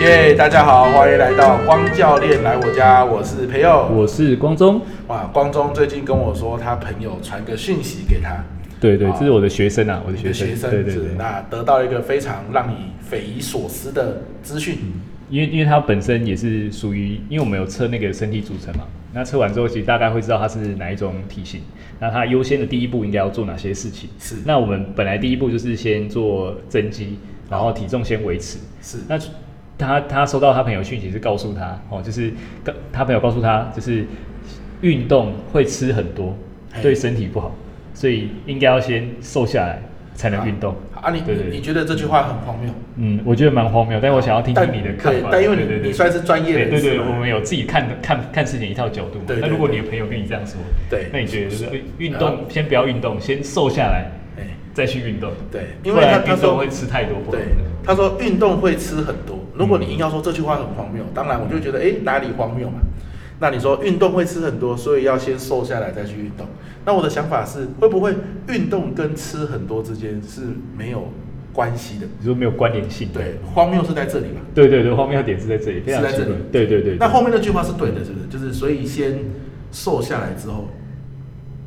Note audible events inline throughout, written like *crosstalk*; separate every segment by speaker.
Speaker 1: 耶大家好，欢迎来到光教练来我家，我是培佑。
Speaker 2: 我是光中，
Speaker 1: 哇，光中最近跟我说，他朋友传个讯息给他，
Speaker 2: 对对，
Speaker 1: 好
Speaker 2: 这是我的学生啊，我的
Speaker 1: 你
Speaker 2: 学
Speaker 1: 的
Speaker 2: 生，
Speaker 1: 学生
Speaker 2: 对对
Speaker 1: 是
Speaker 2: 对，
Speaker 1: 那得到一个非常让你匪夷所思的资讯，
Speaker 2: 因为因为他本身也是属于，因为我们有测那个身体组成嘛，那测完之后其实大概会知道他是哪一种体型，那他优先的第一步应该要做哪些事情？
Speaker 1: 是
Speaker 2: 那我们本来第一步就是先做增肌，然后体重先维持，
Speaker 1: 是
Speaker 2: 那他他收到他朋友讯息是告诉他哦，就是告他朋友告诉他，就是运动会吃很多
Speaker 1: 嘿，
Speaker 2: 对身体不好，所以应该要先瘦下来才能运动。
Speaker 1: 好啊，你
Speaker 2: 对对
Speaker 1: 你
Speaker 2: 对
Speaker 1: 你觉得这句话很荒谬？
Speaker 2: 嗯，我觉得蛮荒谬，但我想要听听
Speaker 1: 但
Speaker 2: 你的看
Speaker 1: 对
Speaker 2: 法。
Speaker 1: 但因为你
Speaker 2: 对对对
Speaker 1: 你算是专业人
Speaker 2: 对对
Speaker 1: 士
Speaker 2: 对，
Speaker 1: 嘛
Speaker 2: 我们有自己看看看事情一套角度嘛。
Speaker 1: 对对
Speaker 2: 那如果
Speaker 1: 对
Speaker 2: 你的朋友跟你这样说，
Speaker 1: 对啊
Speaker 2: 那你觉得就是哎运
Speaker 1: 然后
Speaker 2: 动先不要运动，先瘦下来，
Speaker 1: 哎、
Speaker 2: 再去运动。
Speaker 1: 对，因
Speaker 2: 不
Speaker 1: 为他他
Speaker 2: 然运动
Speaker 1: 说
Speaker 2: 会吃太多不好
Speaker 1: 对
Speaker 2: 的。，
Speaker 1: 他说运动会吃很多。如果你硬要说这句话很荒谬，当然我就觉
Speaker 2: 嗯
Speaker 1: 得诶哪里荒谬嘛。那你说运动会吃很多，所以要先瘦下来再去运动。那我的想法是，会不会运动跟吃很多之间是没有关系的？
Speaker 2: 你说没有关联性。
Speaker 1: 对，荒谬是在这里吧？
Speaker 2: 对对对，荒谬点是在这里，非常
Speaker 1: 是在这
Speaker 2: 奇
Speaker 1: 里
Speaker 2: 怪。对对对，
Speaker 1: 那后面那句话是对的，是不是？就是所以先瘦下来之后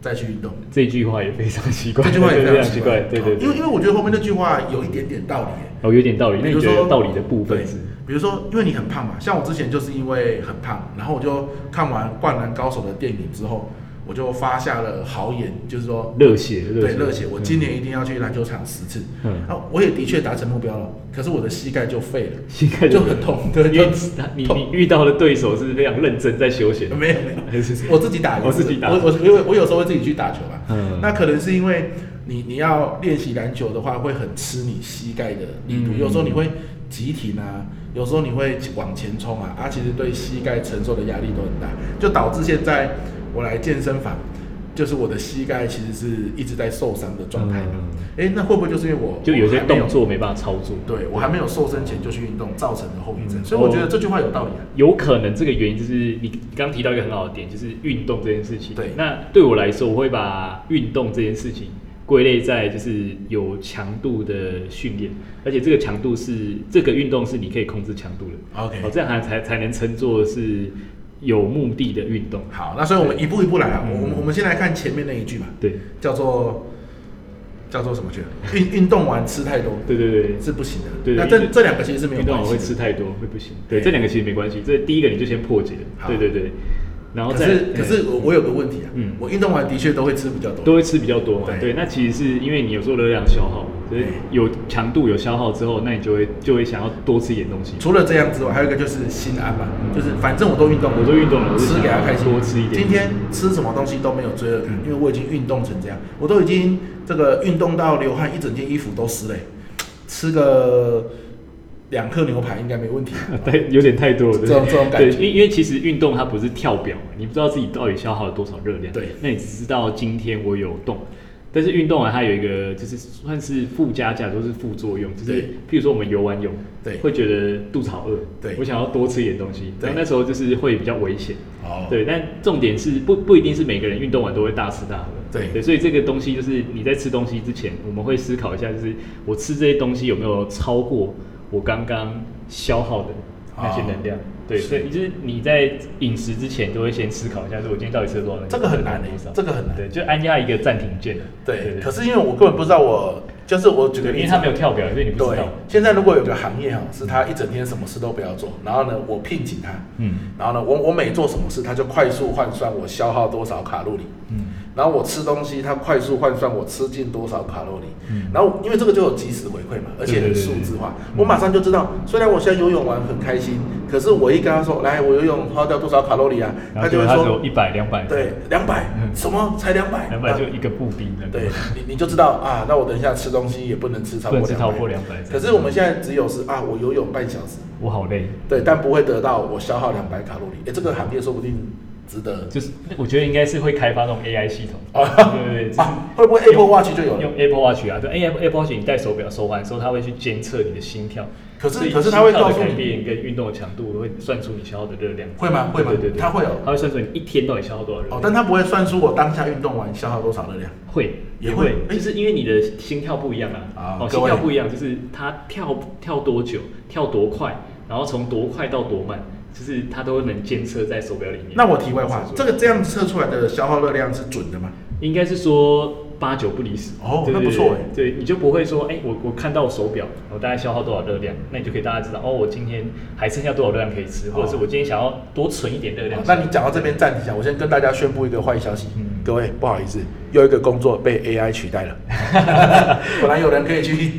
Speaker 1: 再去运动。
Speaker 2: 这句话也非常奇怪，
Speaker 1: 这句话也
Speaker 2: 对
Speaker 1: 非
Speaker 2: *laughs* 非
Speaker 1: 常
Speaker 2: 常奇怪。对对
Speaker 1: 因为因
Speaker 2: 对，
Speaker 1: 为我觉得后面那句话有一点点道理耶、
Speaker 2: 哦，有点道理。那
Speaker 1: 比
Speaker 2: 你
Speaker 1: 如
Speaker 2: 觉
Speaker 1: 说
Speaker 2: 得道理的部分是
Speaker 1: 对？比如说，因为你很胖嘛，像我之前就是因为很胖，然后我就看完《灌篮高手》的电影之后，我就发下了豪言，就是说，
Speaker 2: 热血，
Speaker 1: 对热血，我今
Speaker 2: 嗯
Speaker 1: 年一定要去篮球场十次。
Speaker 2: 嗯
Speaker 1: 啊，我也的确达成目标了，可是我的膝盖就废了，
Speaker 2: 膝盖
Speaker 1: 就很痛，对，
Speaker 2: 因为
Speaker 1: 就
Speaker 2: 他你
Speaker 1: 痛
Speaker 2: 你遇到的对手是非常认真在休闲的，
Speaker 1: 没有没有，
Speaker 2: *laughs* 还是
Speaker 1: 我自己打，
Speaker 2: 我自己打
Speaker 1: 我我因为我有时候会自己去打球嘛，
Speaker 2: 嗯
Speaker 1: 那可能是因为你你要练习篮球的话，会很吃你膝盖的力度，
Speaker 2: 嗯
Speaker 1: 有时候你会急停啊，有时候你会往前冲啊，啊，其实对膝盖承受的压力都很大，就导致现在我来健身房，就是我的膝盖其实是一直在受伤的状态嘛
Speaker 2: 嗯，
Speaker 1: 哎、那会不会就是因为我
Speaker 2: 就有些动？
Speaker 1: 我还没
Speaker 2: 作没办法操作。
Speaker 1: 对我还没有瘦身前就去运动造成的后遗症，
Speaker 2: 嗯
Speaker 1: 所以我觉得这句话有道理啊。
Speaker 2: 有可能这个原因就是你刚提到一个很好的点，就是运动这件事情。
Speaker 1: 对
Speaker 2: 那对我来说，我会把运动这件事情归类在就是有强度的训练，而且这个强度是这个运动是你可以控制强度的。
Speaker 1: OK
Speaker 2: 哦，这样还才才能称作是有目的的运动。
Speaker 1: 好，那所以我们一步一步来啊，
Speaker 2: 嗯
Speaker 1: 我我们我们先来看前面那一句吧，
Speaker 2: 对，
Speaker 1: 叫做叫做什么去？啊运运动完吃太多
Speaker 2: 对对对。
Speaker 1: 是不行的。
Speaker 2: 对
Speaker 1: 那
Speaker 2: 对
Speaker 1: 这
Speaker 2: 运
Speaker 1: 这两个其实是没有
Speaker 2: 运动
Speaker 1: 关
Speaker 2: 我
Speaker 1: 系
Speaker 2: 会
Speaker 1: 的。
Speaker 2: 吃太多会不行。
Speaker 1: 对
Speaker 2: 对，这两个其实没关系。这第一个你就先破解了
Speaker 1: 好。
Speaker 2: 对对对。然后
Speaker 1: 可
Speaker 2: 再
Speaker 1: 是可是
Speaker 2: 嗯
Speaker 1: 我我有个问题啊，
Speaker 2: 嗯
Speaker 1: 我运动完的确都会吃比较多，
Speaker 2: 都会吃比较多嘛。
Speaker 1: 对
Speaker 2: 对，那其实是因为你有做热量消耗，就是有强度有消耗之后，那你就会就会想要多吃一点东西。 *laughs*
Speaker 1: 除了这样之外，还有一个就是心安嘛，就是反正我都运动了，
Speaker 2: 嗯我都运动了我就
Speaker 1: 吃
Speaker 2: 想
Speaker 1: 给他开心，
Speaker 2: 多吃一点嗯
Speaker 1: 今天吃什么东西都没有罪恶感，因为我已经运动成这样，我都已经这个运动到流汗，一整件衣服都湿嘞、吃个两克牛排应该没问题。啊
Speaker 2: 太有点太多了，对
Speaker 1: 这种这种感觉
Speaker 2: 对，因因为其实运动它不是跳表，你不知道自己到底消耗了多少热量。
Speaker 1: 对
Speaker 2: 那你只知道今天我有动，但是运动完它有一个就是算是附加价，都是副作用，就是
Speaker 1: 对
Speaker 2: 譬如说我们游完泳，
Speaker 1: 对
Speaker 2: 会觉得肚子好饿，
Speaker 1: 对
Speaker 2: 我想要多吃一点东西，
Speaker 1: 对
Speaker 2: 然后那时候就是会比较危险。
Speaker 1: 哦
Speaker 2: 对，但重点是不不一定是每个人运动完都会大吃大喝。
Speaker 1: 对
Speaker 2: 所以这个东西就是你在吃东西之前，我们会思考一下，就是我吃这些东西有没有超过我刚刚消耗的那些能量。对，
Speaker 1: 啊是
Speaker 2: 所以就是你在饮食之前都会先思考一下，说我今天到底吃了多少能量，
Speaker 1: 这个很难
Speaker 2: 多
Speaker 1: 欸
Speaker 2: 少
Speaker 1: 这个很难
Speaker 2: 对，就按压一个暂停键。
Speaker 1: 对，可是因为我根本不知道我，就是我举个
Speaker 2: 对，因
Speaker 1: 例
Speaker 2: 为
Speaker 1: 子
Speaker 2: 它，没有跳表，所以你不知
Speaker 1: 对
Speaker 2: 道。，
Speaker 1: 现在如果有个行业哈，啊是他一整天什么事都不要做，然后呢，我聘请他，
Speaker 2: 嗯
Speaker 1: 然后呢，我我每做什么事，他就快速换算我消耗多少卡路里，
Speaker 2: 嗯，
Speaker 1: 然后我吃东西，他快速换算我吃进多少卡路里，
Speaker 2: 嗯
Speaker 1: 然后因为这个就有及时回馈嘛，而且
Speaker 2: 对对
Speaker 1: 很
Speaker 2: 对
Speaker 1: 数字化，
Speaker 2: 嗯
Speaker 1: 我马上就知道，虽然我现在游泳完很开心，可是我一跟他说，来，我游泳花掉多少卡路里啊，
Speaker 2: 然
Speaker 1: 他
Speaker 2: 后结
Speaker 1: 就会
Speaker 2: 果它只
Speaker 1: 说
Speaker 2: 有，一百两百，
Speaker 1: 对，两百，
Speaker 2: 嗯
Speaker 1: 什么才两百，
Speaker 2: 两百就一个步兵了。
Speaker 1: 对你，你就知道啊，那我等一下吃东西也不能吃超过
Speaker 2: 不能吃超过
Speaker 1: 200
Speaker 2: 200
Speaker 1: 可是我们现在只有是啊，我游泳半小时，
Speaker 2: 我好累。
Speaker 1: 对，但不会得到我消耗两百卡路里。哎，这个行业说不定值得
Speaker 2: 就是我觉得应该是会开发那种 AI 系统，
Speaker 1: 哦
Speaker 2: 对对对，就是
Speaker 1: 啊？会不会 Apple Watch *laughs* 就有了？
Speaker 2: 用 Apple Watch 啊，对哎 Apple Apple Watch 你戴手表手环的时候，它会去监测你的心跳，
Speaker 1: 可是
Speaker 2: 所以
Speaker 1: 可是它会
Speaker 2: 心跳
Speaker 1: 告
Speaker 2: 的
Speaker 1: 诉
Speaker 2: 改
Speaker 1: 你，
Speaker 2: 变跟运动的强度会算出你消耗的热量，
Speaker 1: 会吗？会吗
Speaker 2: 对对？对，
Speaker 1: 它会有
Speaker 2: 它会算出你一天到底消耗多少热
Speaker 1: 哦
Speaker 2: 量，，
Speaker 1: 但它不会算出我当下运动完消耗多少热量。
Speaker 2: 会
Speaker 1: 也
Speaker 2: 也
Speaker 1: 会
Speaker 2: 会，
Speaker 1: 哎
Speaker 2: 就是因为你的心跳不一样
Speaker 1: 啊
Speaker 2: 啊，哦，
Speaker 1: 各
Speaker 2: 心
Speaker 1: 位
Speaker 2: 跳不一样，就是它跳跳多久，跳多快，然后从多快到多慢，就是它都能监测在手表里面。
Speaker 1: 那我题外话，这
Speaker 2: 个
Speaker 1: 个这样测出来的消耗热量是准的吗？
Speaker 2: 应该是说八九不离十
Speaker 1: 哦
Speaker 2: 对
Speaker 1: 那
Speaker 2: 对
Speaker 1: 不错哎
Speaker 2: 对，对你就不会说，哎，我我看到我手表，我大概消耗多少热量，那你就可以大家知道，哦，我今天还剩下多少热量可以吃，或者是我今天想要多存一点热量
Speaker 1: 好。哦那你讲到这边暂停一下，我先跟大家宣布一个坏消息，
Speaker 2: 嗯
Speaker 1: 各位不好意思，又一个工作被 AI 取代
Speaker 2: *laughs*
Speaker 1: 了。本来有人可以去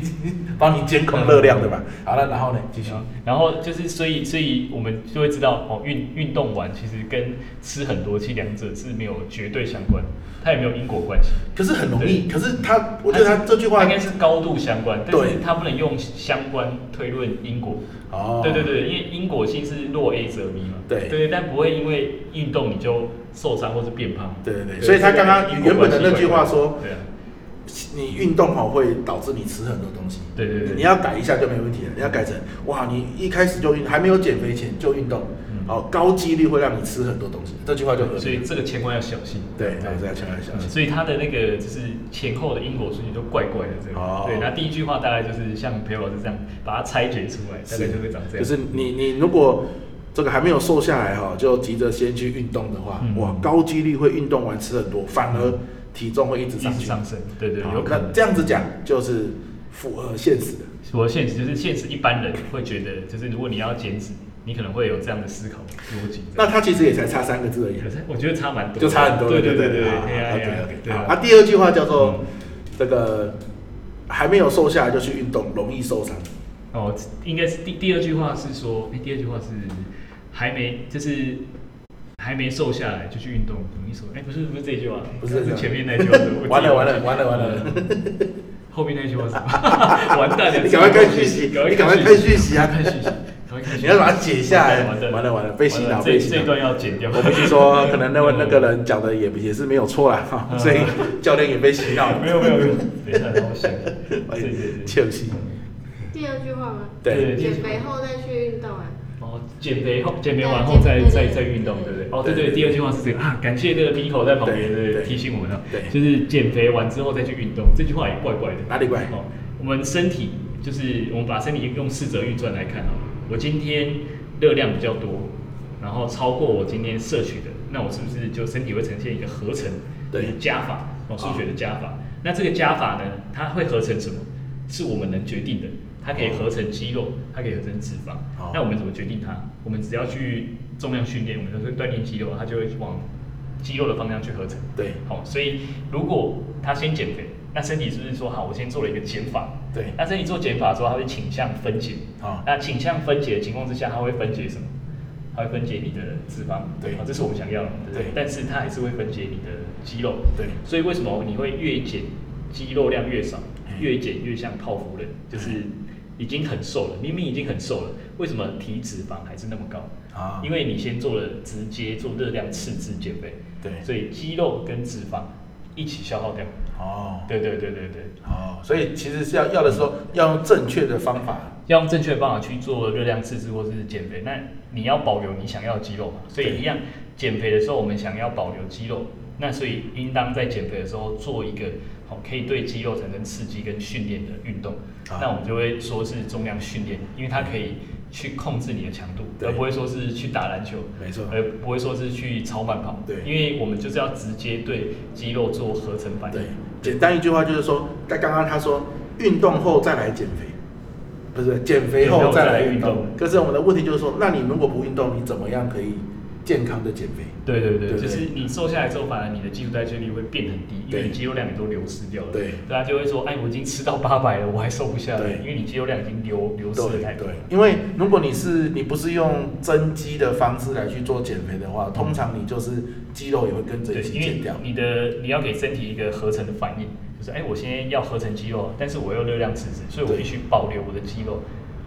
Speaker 1: 帮你监控热量的嘛。好了，然后呢，继续。
Speaker 2: 然后就是，所以，所以我们就会知道哦，运运动完其实跟吃很多，其实两者是没有绝对相关，它也没有因果关系。
Speaker 1: 可是很容易，可是他，我觉得他这句话
Speaker 2: 它应该是高度相关，但
Speaker 1: 对
Speaker 2: 是它不能用相关推论因果。
Speaker 1: 哦，
Speaker 2: 对对对，因为因果性是若 A 则 B 嘛。
Speaker 1: 对
Speaker 2: 对，但不会因为运动你就受伤或是变胖。
Speaker 1: 对对对所以他刚刚原本的那句话说
Speaker 2: 对啊，
Speaker 1: 你运动哦会导致你吃很多东西。
Speaker 2: 对对对
Speaker 1: 你要改一下就没问题了。你要改成哇，你一开始就运，还没有减肥前就运动，
Speaker 2: 嗯
Speaker 1: 哦，高几率会让你吃很多东西。这句话就合
Speaker 2: 所
Speaker 1: 理
Speaker 2: 以
Speaker 1: 了。
Speaker 2: 这个千万要小心。嗯
Speaker 1: 对，这样千万要小心。
Speaker 2: 所以它的那个就是前后的因果顺序都怪怪的，这个、
Speaker 1: 哦
Speaker 2: 对。那第一句话大概就是像裴老师这样把它拆解出来，大概就会长这
Speaker 1: 就
Speaker 2: 样。
Speaker 1: 是你你如果这个还没有瘦下来哈、就急着先去运动的话，
Speaker 2: 嗯
Speaker 1: 哇，高几率会运动完吃很多，反而体重会一直
Speaker 2: 一
Speaker 1: 上
Speaker 2: 直
Speaker 1: 去。
Speaker 2: 上升，对对，
Speaker 1: 好
Speaker 2: 有可
Speaker 1: 那
Speaker 2: 能。
Speaker 1: 这样子讲就是符合现实的。
Speaker 2: 我的现实就是现实，一般人会觉得，就是如果你要减脂，你可能会有这样的思考逻辑。
Speaker 1: 那他其实也才差三个字而已
Speaker 2: 可，是 *laughs* 我觉得差蛮多的，
Speaker 1: 就差很多了。
Speaker 2: 对对
Speaker 1: 对
Speaker 2: 对，
Speaker 1: 好好
Speaker 2: 哎呀哎呀
Speaker 1: OK，OK，
Speaker 2: 对
Speaker 1: 好
Speaker 2: 啊
Speaker 1: 啊，第二句话叫做
Speaker 2: 嗯
Speaker 1: 这个还没有瘦下来就去运动，容易受伤。
Speaker 2: 哦，应该是第第二句话是说，哎、第二句话是还没，就是还没瘦下来就去运动，容易瘦。哎、不是不是这句话，
Speaker 1: 不是这句
Speaker 2: 是
Speaker 1: 话。
Speaker 2: 前面那句话
Speaker 1: 完了完了完了完了
Speaker 2: 了。 *laughs* 后面那句话是
Speaker 1: *laughs*
Speaker 2: 什么？完蛋了！
Speaker 1: 你赶快看讯息你赶快看讯息啊
Speaker 2: 赶快看讯息，赶快看讯息
Speaker 1: 你要把它解下来
Speaker 2: 完蛋
Speaker 1: 完了完了被洗脑
Speaker 2: 完了这
Speaker 1: 被洗脑
Speaker 2: 这一段要剪掉。
Speaker 1: 我必须说，可能那位那个人讲的也也是没有错啦，哈，所以教练也被洗脑了。
Speaker 2: *laughs* 嗯没有没
Speaker 1: *laughs*
Speaker 2: 有没有，等一下让我想。对
Speaker 1: 哎
Speaker 2: 对对，
Speaker 1: 切尔西，
Speaker 3: 第二句话吗？
Speaker 1: 对，
Speaker 2: 对
Speaker 3: 减肥后再去运动啊。
Speaker 2: 哦，减肥后，减肥完后再再再运动，对不对？哦，对对，第二句话是这个啊，感谢这个 Miko 在旁边
Speaker 1: 对对
Speaker 2: 对提醒我们啊，
Speaker 1: 对
Speaker 2: 就是减肥完之后再去运动，这句话也怪怪的。
Speaker 1: 哪里怪
Speaker 2: 哦，我们身体就是我们把身体用四则运转来看啊，我今天热量比较多，然后超过我今天摄取的，那我是不是就身体会呈现一个合成？
Speaker 1: 对啊
Speaker 2: 就是加法哦，数学的加法。那这个加法呢，它会合成什么？是我们能决定的。它可以合成肌肉，它可以合成脂肪。
Speaker 1: 哦
Speaker 2: 那我们怎么决定它？我们只要去重量训练，我们就是锻炼肌肉，它就会往肌肉的方向去合成。
Speaker 1: 对
Speaker 2: 好、所以如果他先减肥，那身体是不是说好，我先做了一个减法？
Speaker 1: 对
Speaker 2: 那身体做减法之后，它会倾向分解。
Speaker 1: 哦
Speaker 2: 那倾向分解的情况之下，它会分解什么？它会分解你的脂肪，哦
Speaker 1: 对
Speaker 2: 好这是我们想要的，对不对
Speaker 1: 对
Speaker 2: 但是它还是会分解你的肌肉，
Speaker 1: 对
Speaker 2: 所以为什么你会越减肌肉量越少，
Speaker 1: 嗯
Speaker 2: 越减越像泡芙人，就是已经很瘦了，明明已经很瘦了，为什么体脂肪还是那么高？
Speaker 1: 啊
Speaker 2: 因为你先做了直接做热量赤字减肥，
Speaker 1: 对
Speaker 2: 所以肌肉跟脂肪一起消耗掉。
Speaker 1: 哦
Speaker 2: 对对对对对，
Speaker 1: 哦，所以其实是要要的时候要用正确的方法，
Speaker 2: 要用正确的方法去做热量赤字或是减肥，那你要保留你想要的肌肉嘛，所
Speaker 1: 对
Speaker 2: 以一样减肥的时候，我们想要保留肌肉，那所以应当在减肥的时候做一个好可以对肌肉产生刺激跟训练的运动，
Speaker 1: 啊
Speaker 2: 那我们就会说是重量训练，因为它可以去控制你的强度，
Speaker 1: 对
Speaker 2: 而不会说是去打篮球，
Speaker 1: 没错
Speaker 2: 而不会说是去超慢跑，
Speaker 1: 对
Speaker 2: 因为我们就是要直接对肌肉做合成反应
Speaker 1: 对，，简单一句话就是说，在刚刚他说运动后再来减肥，不是减肥后再来运
Speaker 2: 运动
Speaker 1: 动，可是我们的问题就是说，那你如果不运动，你怎么样可以健康的减肥？
Speaker 2: 对对对，
Speaker 1: 对
Speaker 2: 就是你瘦下来之后，反而你的基础代谢率会变很低，因
Speaker 1: 对
Speaker 2: 为你肌肉量也都流失掉了。
Speaker 1: 对
Speaker 2: 大家就会说，哎，我已经吃到八百了，我还瘦不下来
Speaker 1: 对，
Speaker 2: 因为你肌肉量已经流流失的
Speaker 1: 对
Speaker 2: 太多
Speaker 1: 对
Speaker 2: 了。，
Speaker 1: 因为如果你是你不是用增肌的方式来去做减肥的话，通常你就是肌肉也会跟着一
Speaker 2: 对，
Speaker 1: 起
Speaker 2: 因
Speaker 1: 减
Speaker 2: 为
Speaker 1: 掉。
Speaker 2: 你的你要给身体一个合成的反应，就是哎，我现在要合成肌肉，但是我又热量赤字，所以我
Speaker 1: 对
Speaker 2: 必须保留我的肌肉，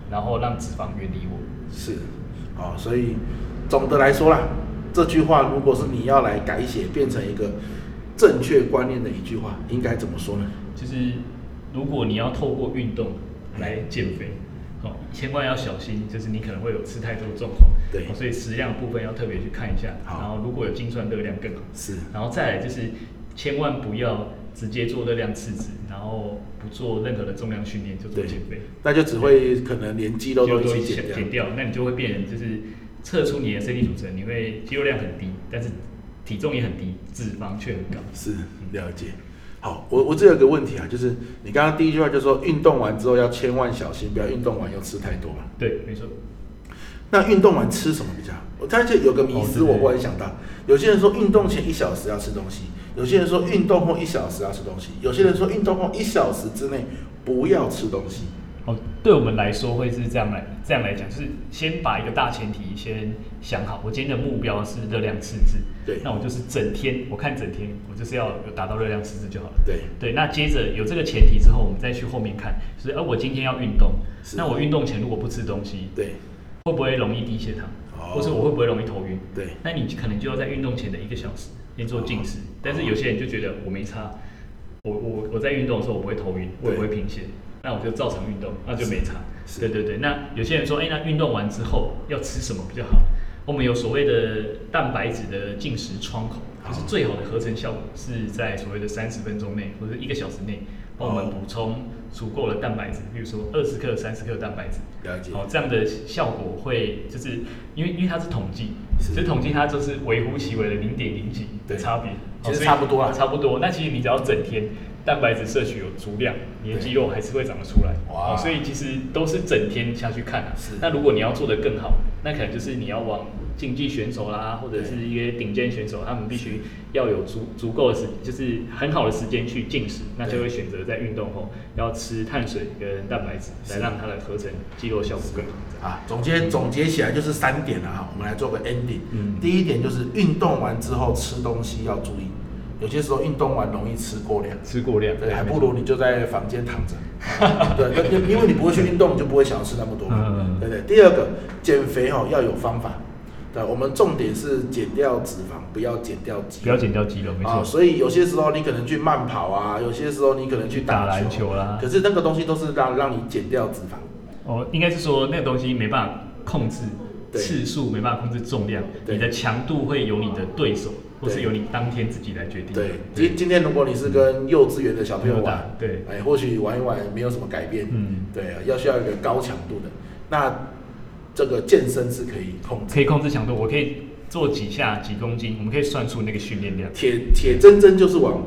Speaker 2: 然后让脂肪远离我。
Speaker 1: 是，哦，所以总的来说啦，这句话如果是你要来改写，变成一个正确观念的一句话，应该怎么说呢？
Speaker 2: 就是如果你要透过运动
Speaker 1: 嗯
Speaker 2: 来减肥，哦，千万要小心，就是你可能会有吃太多的状况。
Speaker 1: 对
Speaker 2: 哦所以食量的部分要特别去看一下。
Speaker 1: 好
Speaker 2: 然后如果有精算热量更好。
Speaker 1: 是
Speaker 2: 然后再来就是千万不要直接做热量赤字，然后不做任何的重量训练就做
Speaker 1: 对
Speaker 2: 减肥，，
Speaker 1: 那就只会可能连肌肉都一
Speaker 2: 就
Speaker 1: 起
Speaker 2: 减
Speaker 1: 减掉。
Speaker 2: 减掉，那你就会变成就是测出你的身体组成，你会肌肉量很低，但是体重也很低，脂肪却很高。
Speaker 1: 是了解。好，我我这有个问题啊，就是你刚刚第一句话就说运动完之后要千万小心，不要运动完又吃太多啊嘛。
Speaker 2: 对，没错。
Speaker 1: 那运动完吃什么比较好？我但是有个迷思，
Speaker 2: 哦对
Speaker 1: 我忽然想到，有些人说运动前一小时要吃东西，有些人说运动后一小时要吃东西，有些人说运动后一小时之内不要吃东西。
Speaker 2: 哦，对我们来说会是这样来这样来讲，就是先把一个大前提先想好，我今天的目标是热量赤字，
Speaker 1: 对
Speaker 2: 那我就是整天我看整天，我就是要有达到热量赤字就好了。
Speaker 1: 对，
Speaker 2: 对，那接着有这个前提之后，我们再去后面看，就是呃，我今天要运动，
Speaker 1: 是
Speaker 2: 那我运动前如果不吃东西，
Speaker 1: 对，
Speaker 2: 会不会容易低血糖，
Speaker 1: 哦
Speaker 2: 或是我会不会容易头晕？
Speaker 1: 对，哦
Speaker 2: 那你可能就要在运动前的一个小时先做进食，但是有些人就觉得我没差，我我我在运动的时候我不会头晕，我也不会贫血，那我就照常运动，那就没差。
Speaker 1: 是
Speaker 2: 对对对，那有些人说，哎、那运动完之后要吃什么比较好？我们有所谓的蛋白质的进食窗口，
Speaker 1: 好
Speaker 2: 就是最好的合成效果是在所谓的三十分钟内或者一个小时内，帮我
Speaker 1: 哦
Speaker 2: 们补充足够的蛋白质，比如说二十克、三十克蛋白质。
Speaker 1: 了解。
Speaker 2: 哦，这样的效果会就是因为因为它是统计，
Speaker 1: 是
Speaker 2: 所以统计它就是微乎其微的零点零几
Speaker 1: 对
Speaker 2: 的差别，
Speaker 1: 其
Speaker 2: 哦
Speaker 1: 实
Speaker 2: 所以
Speaker 1: 差不多啦啊
Speaker 2: 差不多。那其实你只要整天蛋白质摄取有足量，你的
Speaker 1: 对
Speaker 2: 肌肉还是会长得出来。
Speaker 1: 哇
Speaker 2: 哦所以其实都是整天下去看啊。
Speaker 1: 是
Speaker 2: 那如果你要做得更好，那可能就是你要往竞技选手啦，或者是
Speaker 1: 对
Speaker 2: 一些顶尖选手，他们必须要有足足够的时，就是很好的时间去进食，那就
Speaker 1: 对
Speaker 2: 会选择在运动后要吃碳水跟蛋白质，来
Speaker 1: 是
Speaker 2: 让它的合成肌肉效果更好。
Speaker 1: 啊，总结总结起来就是三点了哈，我们来做个 ending。
Speaker 2: 嗯
Speaker 1: 第一点就是运动完之后吃东西要注意，有些时候运动完容易吃过量，
Speaker 2: 吃过量，
Speaker 1: 对，还不如你就在房间躺着。 *laughs* 对，那因因为你不会去运动，你就不会想要吃那么多嘛，
Speaker 2: 嗯嗯嗯
Speaker 1: 对不对？第二个，减肥哦要有方法。对，我们重点是减掉脂肪，不要减掉肌肉。
Speaker 2: 不要减掉肌肉，没
Speaker 1: 啊，
Speaker 2: 错。
Speaker 1: 所以有些时候你可能去慢跑啊，有些时候你可能去
Speaker 2: 打篮球啊啦
Speaker 1: 可是那个东西都是让让你减掉脂肪。
Speaker 2: 哦，应该是说那个东西没办法控制
Speaker 1: 对
Speaker 2: 次数，没办法控制重量，
Speaker 1: 对
Speaker 2: 你的强度会由你的对手或是
Speaker 1: 对
Speaker 2: 由你当天自己来决定。
Speaker 1: 对，今今天如果你是跟幼稚园的小朋友
Speaker 2: 嗯没有打
Speaker 1: 玩，
Speaker 2: 对
Speaker 1: 哎，或许玩一玩没有什么改变，
Speaker 2: 嗯
Speaker 1: 对，要需要一个高强度的，那这个健身是可以控制。
Speaker 2: 可以控制强度，我可以做几下几公斤，我们可以算出那个训练量。
Speaker 1: 铁铁铮铮就是往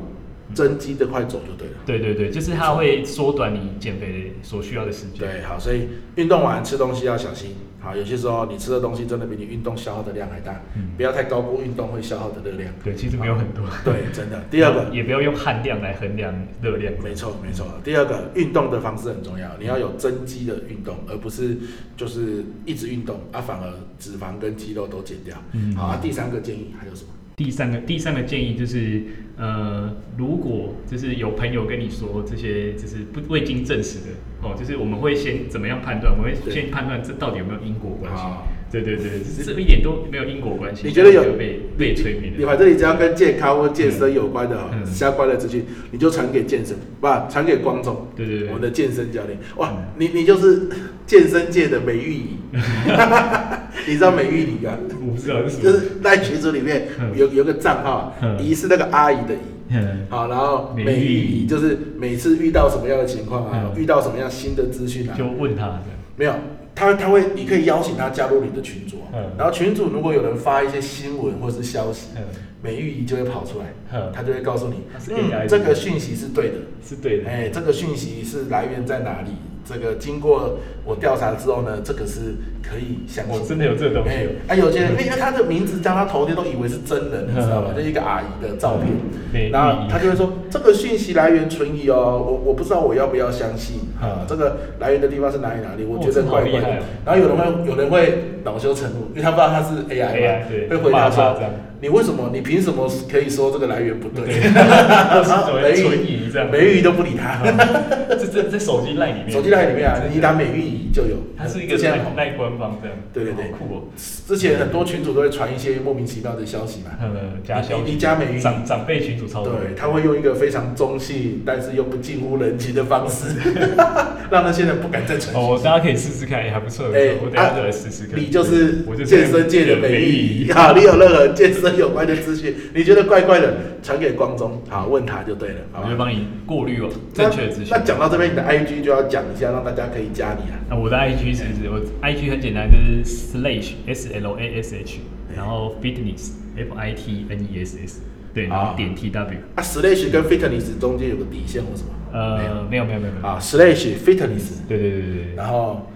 Speaker 1: 增肌这块走就对了。
Speaker 2: 对对对，就是它会缩短你减肥所需要的时间。
Speaker 1: 对，好，所以运动完吃东西要小心。好，有些时候你吃的东西真的比你运动消耗的量还大，
Speaker 2: 嗯
Speaker 1: 不要太高估运动会消耗的热
Speaker 2: *laughs*
Speaker 1: 量。
Speaker 2: 对，其实没有很多。
Speaker 1: 对，真的。第二个，
Speaker 2: 也不要用汗量来衡量热量。
Speaker 1: 没错，没错。第二个，运动的方式很重要，你要有增肌的运动，而不是就是一直运动啊，反而脂肪跟肌肉都减掉。
Speaker 2: 嗯
Speaker 1: 好啊。第三个建议还有什么？
Speaker 2: 第三个第三个建议就是，呃，如果就是有朋友跟你说这些就是不未经证实的哦，就是我们会先怎么样判断？我们会
Speaker 1: 对
Speaker 2: 先判断这到底有没有因果关系
Speaker 1: 啊？
Speaker 2: 对对对，就是这一点都没有因果关系。
Speaker 1: 你觉得有
Speaker 2: 就会被被催眠
Speaker 1: 你
Speaker 2: 的？
Speaker 1: 把这里只要跟健康或健身有关的哦、
Speaker 2: 嗯
Speaker 1: 相关的资讯，你就传给健身，不传给光总，
Speaker 2: 对对对
Speaker 1: 我们的健身教练。哇
Speaker 2: 嗯，
Speaker 1: 你你就是 *laughs* 健身界的美玉仪，
Speaker 2: *laughs*
Speaker 1: 你知道美玉仪啊？
Speaker 2: 我不知道是什
Speaker 1: 就
Speaker 2: 么。
Speaker 1: 是在群组里面
Speaker 2: 嗯
Speaker 1: 有有个账号啊，
Speaker 2: 嗯
Speaker 1: 仪是那个阿姨的仪。
Speaker 2: 嗯
Speaker 1: 好，然后
Speaker 2: 美
Speaker 1: 美
Speaker 2: 玉
Speaker 1: 玉仪就是每次遇到什么样的情况啊，
Speaker 2: 嗯
Speaker 1: 遇到什么样新的资讯啊，
Speaker 2: 就问他的，
Speaker 1: 没有，他他会，你可以邀请他加入你的群组哦、
Speaker 2: 嗯
Speaker 1: 然后群组如果有人发一些新闻或是消息，
Speaker 2: 嗯
Speaker 1: 美玉仪就会跑出来
Speaker 2: 嗯，
Speaker 1: 他就会告诉你
Speaker 2: 他，是 AI
Speaker 1: 嗯，
Speaker 2: 的
Speaker 1: 这个讯息是对的，
Speaker 2: 是对的。
Speaker 1: 哎，这个讯息是来源在哪里？这个经过我调查之后呢，这个是可以相
Speaker 2: 我
Speaker 1: 信
Speaker 2: 真的有这个东西
Speaker 1: 哎
Speaker 2: 哦。，
Speaker 1: 啊，有些人，因为因为他的名字叫他头天都以为是真
Speaker 2: *laughs*
Speaker 1: 人，你知道吗？
Speaker 2: 嗯
Speaker 1: 就一个阿姨的照片，
Speaker 2: 对
Speaker 1: 然后他就会说这个讯息来源存疑哦，我我不知道我要不要相信，啊，这个来源的地方是哪里哪里，我
Speaker 2: 嗯哦
Speaker 1: 觉得
Speaker 2: 这
Speaker 1: 怪
Speaker 2: 好厉
Speaker 1: 怪的
Speaker 2: 害哦。
Speaker 1: 然后有人会有人会恼羞成怒，因为他不知道他是 AI 嘛
Speaker 2: AI，对，
Speaker 1: 会回答
Speaker 2: 骂他
Speaker 1: 说
Speaker 2: 这样：“
Speaker 1: 你为什么？你凭什么可以说这个来源不对？” *laughs*
Speaker 2: *laughs* 怎么
Speaker 1: 美
Speaker 2: 存疑这样
Speaker 1: 美语都不理他，
Speaker 2: *laughs* 这这在手机赖里面，
Speaker 1: 手机赖里面啊，你打
Speaker 2: 美，
Speaker 1: 美语仪就有。
Speaker 2: 它是一个
Speaker 1: 这样
Speaker 2: 赖赖官方这样，
Speaker 1: 对对对
Speaker 2: 好酷哦，
Speaker 1: 之前很多群主都会传一些莫名其妙的消息嘛，
Speaker 2: 呃， *laughs* 加
Speaker 1: 你
Speaker 2: 消息
Speaker 1: 你加美云
Speaker 2: 长长辈群主操作，
Speaker 1: 对，他会用一个非常中性，但是又不近乎人情的方
Speaker 2: *laughs*
Speaker 1: 式，让那些人不敢再传讯息。
Speaker 2: 哦，大家可以试试看，也还不错，不错
Speaker 1: 哎
Speaker 2: 我等一下就来试试看。
Speaker 1: 你就是
Speaker 2: 我
Speaker 1: 健身界的美玉仪
Speaker 2: *laughs*
Speaker 1: 啊！你有任何健身有关的资讯，你觉得怪怪的，传给光中，好，问他就对了，好
Speaker 2: 我就
Speaker 1: 吧？
Speaker 2: 帮你过滤哦，正确的资讯
Speaker 1: 那。那讲到这边，你的 IG 就要讲一下，让大家可以加你啊。
Speaker 2: 那我的 IG 是我 IG 很简单，就是 slash s l a s h，然
Speaker 1: 哎
Speaker 2: 后 fitness f i t n e s s，对，然
Speaker 1: 好
Speaker 2: 后点 t w，
Speaker 1: 啊，slash 跟 fitness 中间有个底线或什么？没有
Speaker 2: 呃，没有没有没有没有，
Speaker 1: 啊，slash fitness，
Speaker 2: 对对对对对，
Speaker 1: 然后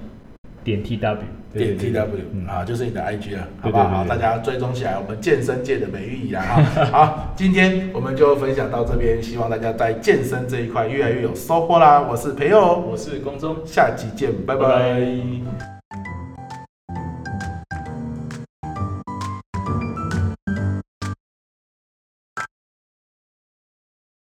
Speaker 2: 点 t w，对
Speaker 1: 点
Speaker 2: 对
Speaker 1: T
Speaker 2: 对
Speaker 1: W
Speaker 2: 嗯
Speaker 1: 啊，就是你的 I G 了，好
Speaker 2: 对
Speaker 1: 不好？
Speaker 2: 对对对
Speaker 1: 大家追踪起来，我们健身界的美誉仪啦。
Speaker 2: *laughs*
Speaker 1: 哈好，今天我们就分享到这边，希望大家在健身这一块越来越有收获啦。我是培佑，
Speaker 2: 我是光中。
Speaker 1: 下期见，拜
Speaker 2: 拜
Speaker 1: 拜
Speaker 2: 拜